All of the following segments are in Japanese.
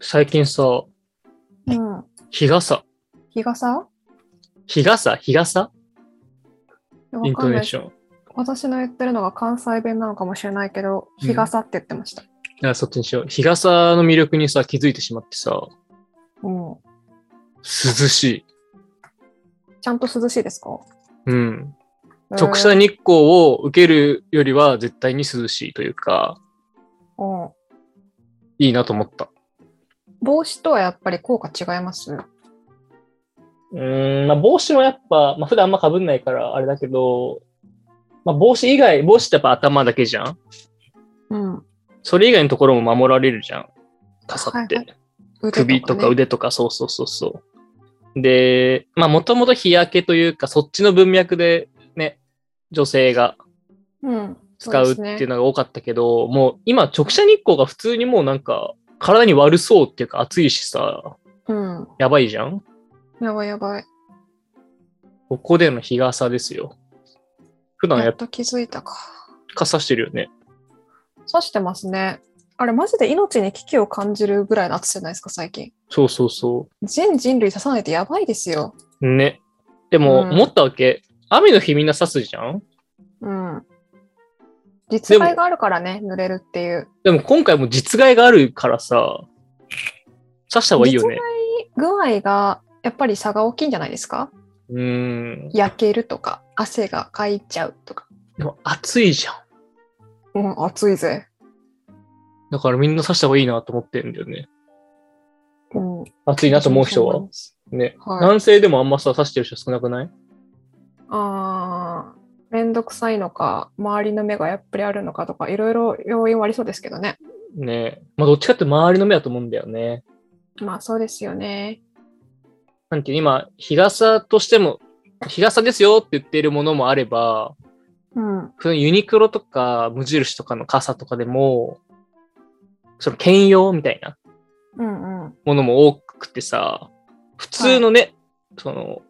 最近さ、うん。日傘、日傘日傘、日傘イわンかトんネなーいション。だか私の言ってるのが関西弁なのかもしれないけど、うん日傘って言ってました。らそっちにしよう。日傘の魅力にさ、気づいてしまってさ、うん。涼しい。ちゃんと涼しいですかうん。直射日光を受けるよりは絶対に涼しいというか、うん。うんいいなと思った。帽子とはやっぱり効果違いますうん、まあ帽子もやっぱ、まあ普段あんま被んないからあれだけど、まあ帽子以外、帽子ってやっぱ頭だけじゃんうん。それ以外のところも守られるじゃん。傘って。はい腕首とかね腕とか、そうそうそうそう。で、まあもともと日焼けというか、そっちの文脈でね、女性がうん。使うっそてですいうね。のが多かったけど、もう今直射日光が普通にもうなんか体に悪そうっていうか暑いしさ、うん。やばいじゃんやばいやばい。ここでの日傘ですよ。普段ややっっと気づいたか。ぱさしてるよね。刺してますね。あれ、マジで命に危機を感じるぐらいの暑さじゃないですか、最近。そうそうそ全人類刺さないとやばいですよ。う。ね。でもうん思ったわけ。雨の日みんなさすじゃんうん。実害があるからね、濡れるっていう。でも今回も実害があるからさ、さした方がいいよね。具合がやっぱり差が大きいんじゃないですかうーん。焼けるとか汗がかいちゃうとかでも暑いじゃん。うん暑いぜだからみんな刺した方がいいなと思ってるんだよね。うん暑いなと思う人は。ね。はい男性でもあんまさ、刺してる人少なくないあーめんどくさいのか周りの目がやっぱりあるのかとかいろいろ要因はありそうですけどねねまあどっちかって周りの目だと思うんだよね。まあそうですよねなんていう今、日傘としても、日傘ですよって言っているものもあれば、うん普通にユニクロとか無印とかの傘とかでも、その兼用みたいなうんうんものも多くてさ、普通のね、その、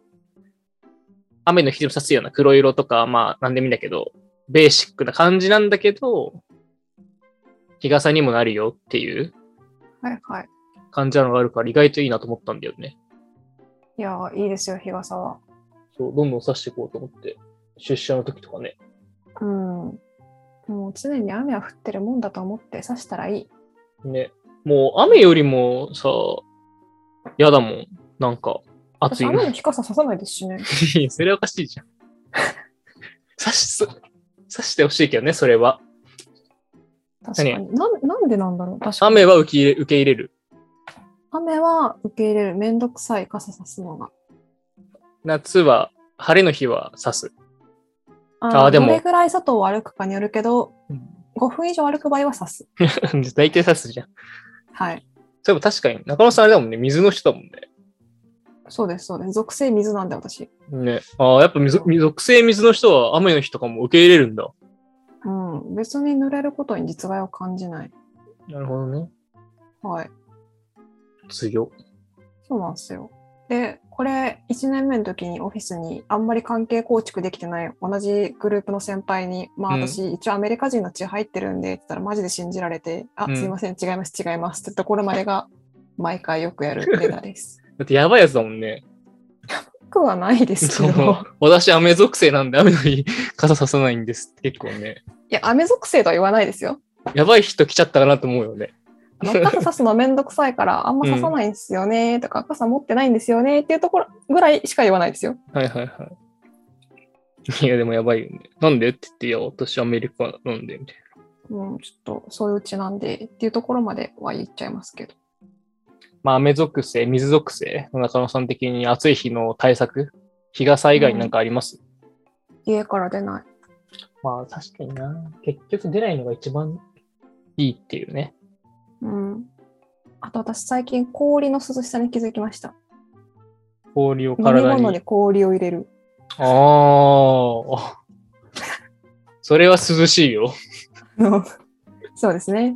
雨の日でもさすような黒色とか、まあ、なんでもいいんだけど、ベーシックな感じなんだけど、日傘にもなるよっていうはいはい感じなのがあるから、意外といいなと思ったんだよね。いやーいいですよ日傘はそう、どんどん刺していこうと思って、出社の時とかね。うんもう常に雨は降ってるもんだと思って刺したらいいね。もう、雨よりもさ、嫌だもん。なんか、暑私い雨のの。日傘刺さないですしねいや それはおかしいじゃん。刺し、刺してほしいけどね、それは。確かになんなんでなんだろう確かに雨は受け入れ受け入れる。雨は受け入れる。めんどくさい傘さすのが。夏は、晴れの日は刺す。 ああーあでもどれぐらい外を歩くかによるけどうん、 5分以上歩く場合は刺す。大体刺すじゃん。はい。そういえば確かに、中野さんあれだもんね、水の人だもんね。そうです、そうです。属性水なんで私。ね。ああ、やっぱ水、水属性水の人は雨の日とかも受け入れるんだ。うん。別に濡れることに実害を感じない。なるほどね。はい。強。そうなんですよ。で、これ、1年目の時にオフィスにあんまり関係構築できてない同じグループの先輩に、まあうん私、一応アメリカ人の血入ってるんで、って言ったらマジで信じられて、あ、うんすいません、違います、違いますってところまでが、毎回よくやるネタです。だってやばいやつだもんね。なくはないですそけどう。。私、雨属性なんで雨の日、 傘ささないんですって結構ね。いや、雨属性とは言わないですよ。やばい人来ちゃったかなと思うよね。あの傘さすのめんどくさいから、あんまささないんですよねとか、傘持ってないんですよねっていうところぐらいしか言わないですよ。はいはいはい。いや、でもやばいよね。なんでって言って、いや、私アメリカなんで、みたいうん、ちょっとそういううちなんでっていうところまでは言っちゃいますけど。な。まあ、雨属性、水属性、中野さん的に暑い日の対策、日傘以外になんかあります、家から出ない。まあ、確かにな。結局出ないのが一番いいっていうね。うん。あと私最近氷の涼しさに気づきました。氷を飲み体物に。に氷を入れる。 ああ。 それは涼しいよ。あのそうですね。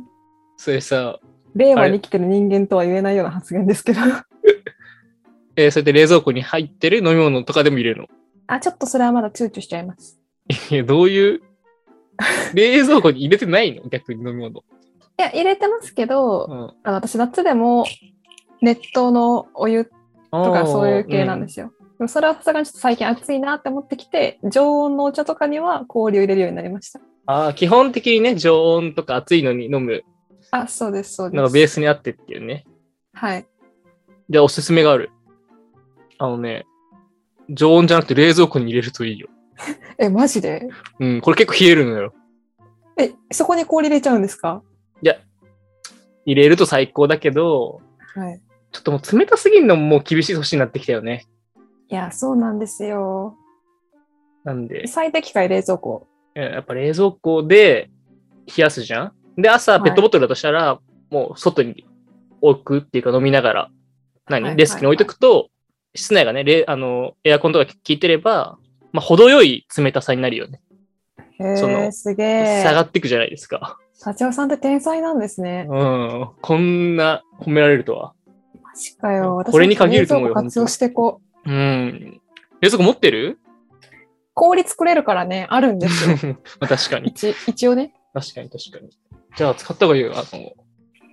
それさ、令和に生きてる人間とは言えないような発言ですけど。えーそうやって冷蔵庫に入ってる飲み物とかでも入れるのあ、ちょっとそれはまだ躊躇しちゃいます。 いや、どういう、冷蔵庫に入れてないの逆に飲み物。いや、入れてますけど、うん。。あの私夏でも熱湯のお湯とかそういう系なんですすよ。でもそれはさすがにちょっと最近暑いなって思ってきて常温のお茶とかには氷を入れるようになりました。ああ、基本的にね、常温とか熱いのに飲むあそうですそうのがでベーす。スにあってっていうね。はい。じゃあ、おすすめがある。あのね、常温じゃなくて冷蔵庫に入れるといいよ。えマジでうん、これ結構冷えるのよ。えそこに氷入れちゃうんですか入れると最高だけど、はい。ちょっともう冷たすぎるのももう厳しい年になってきたよね。いやそうなんですよ。なんで、最適解冷蔵庫。えやっぱ冷蔵庫で冷やすじゃんで、朝はいペットボトルだとしたら、もう外に置くっていうか飲みながら、何、はいデスクに置いとくと、室内がね、れあの、エアコンとか効いてれば、まあ、程よい冷たさになるよね。へそのーすげえ下。がっていくじゃないですか。社長さんって天才なんですね。うん。こんな褒められるとは。マジかよ。私これに限ると思うよ冷蔵庫活用してこう。うん。冷蔵庫持ってる氷作れるからね、あるんです まよ。あ 確かに。一一応ね。確かに確かに。じゃあ使った方がいいよ。あの、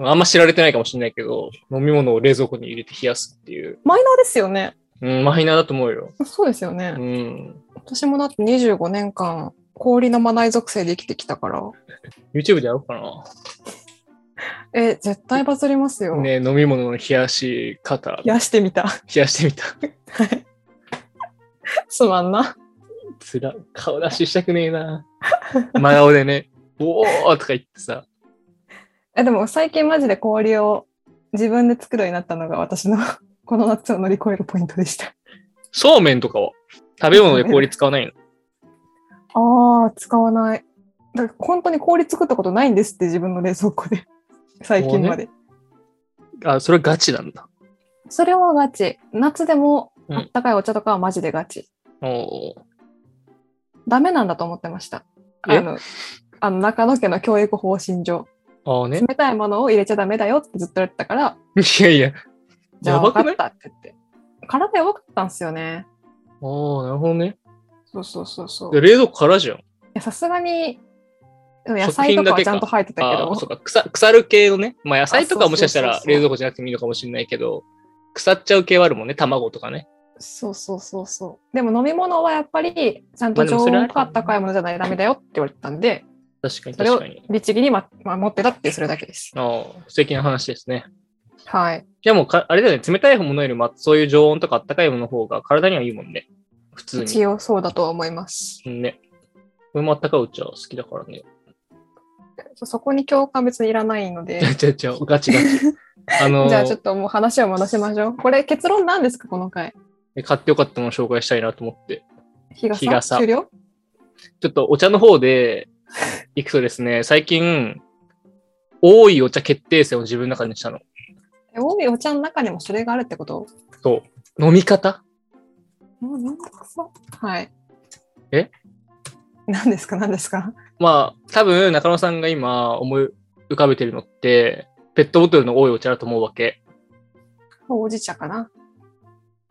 あんま知られてないかもしれないけど、飲み物を冷蔵庫に入れて冷やすっていう。マイナーですよね。うん、マイナーだと思うよ。そうですよね。うん。私もだって25年間氷飲まない属性で生きてきたから。 YouTube でやろうかな。え、絶対バズりますよ。ね飲み物の冷やし方、冷やしてみた。 冷やしてみた。 すまんな。つら、顔出ししたくねえな。真顔でね、 おーとか言ってさ。え、でも最近マジで氷を自分で作るようになったのが私の この夏を乗り越えるポイントでした。そうめんとかは食べ物で氷使わないの。ああ、使わない。だから本当に氷作ったことないんですって自分の冷蔵庫で。 最近まで。あ、それはガチなんだ。それはガチ。夏でもうんあったかいお茶とかはマジでガチ。おーダメなんだと思ってました。えあの、あの中野家の教育方針上。ああね。 冷たいものを入れちゃダメだよってずっと言ってたから、いやいや。じゃあやば分くなかいったって言って。体弱かったんですよね。おーなるほどね。そうそうそうそう。でい冷蔵庫からじゃん。やさすがに、でも食野菜と品だかけかはちゃんと入ってたけあどあ、そうか腐、腐る系のね。まあ野菜とかはあそもうそうしかしたらそうそう冷蔵庫じゃなくてもいいのかもしれないけど、腐っちゃう系はあるもんね。卵とかね。そうそうそうそう。でも飲み物はやっぱり、ちゃんまあとでも常それは温かあったかいものじゃないとダメだよって言われてたんで、確かにそれ確をかに。律儀に、ま、守ってたってそれだけです。ああ、素敵な話ですね。はい。でもか、あれだよね。冷たいものよりも、そういう常温とかあったかいものの方が体にはいいもんね。普通に。一応そうだとは思います。ね。俺もあったかいお茶好きだからね。そこに共感別にいらないので じゃ。あじゃあじゃあガチガチ。あのー じゃあちょっともう話を戻しましょう。これ結論なんですかこの回。買ってよかったものを紹介したいなと思って。日傘日傘終了ちょっとお茶の方で行くとですね、最近、多いお茶決定戦を自分の中にしたの。え多いお茶の中にもそれがあるってことそう。飲み方もうなんだくそ。はい。え何ですか何ですかまあ、多分中野さんが今思い浮かべてるのって、ペットボトルの多いお茶だと思うわけ。ほうじ茶かな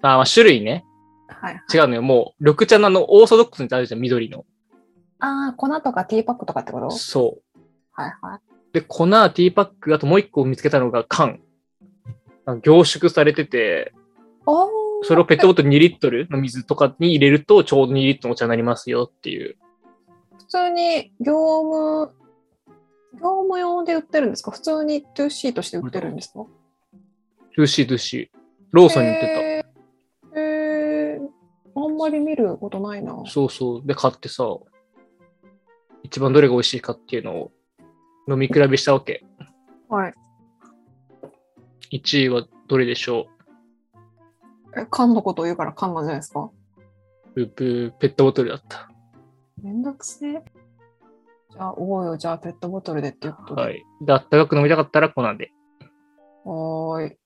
あまあ、種類ね。はい。違うのよ。もう、緑茶のあの、オーソドックスにあるじゃん、緑の。ああ、粉とかティーパックとかってことそはいはう。で、粉、ティーパック、あともう一個見つけたのが缶。あの凝縮されてて、い。おーそれをペットボトル2リットルの水とかに入れると、ちょうど2リットルのお茶になりますよっていう。普通に業務、業務用で売ってるんですか普通に 2C として売ってるんですかルーシー、ルーシー。ローソンに売ってた。へーへーあんまり見ることないな。そうそう。で、買ってさ、一番どれが美味しいかっていうのを飲み比べしたわけ。はい。 1位はどれでしょえ缶のことを言うから缶なんじゃないですかうブーブーペットボトルだった。めんどくせえ。じゃあ、おうよ、じゃあ、ペットボトルでっていうことで。はい。で、あったかく飲みたかったら粉で。はーい。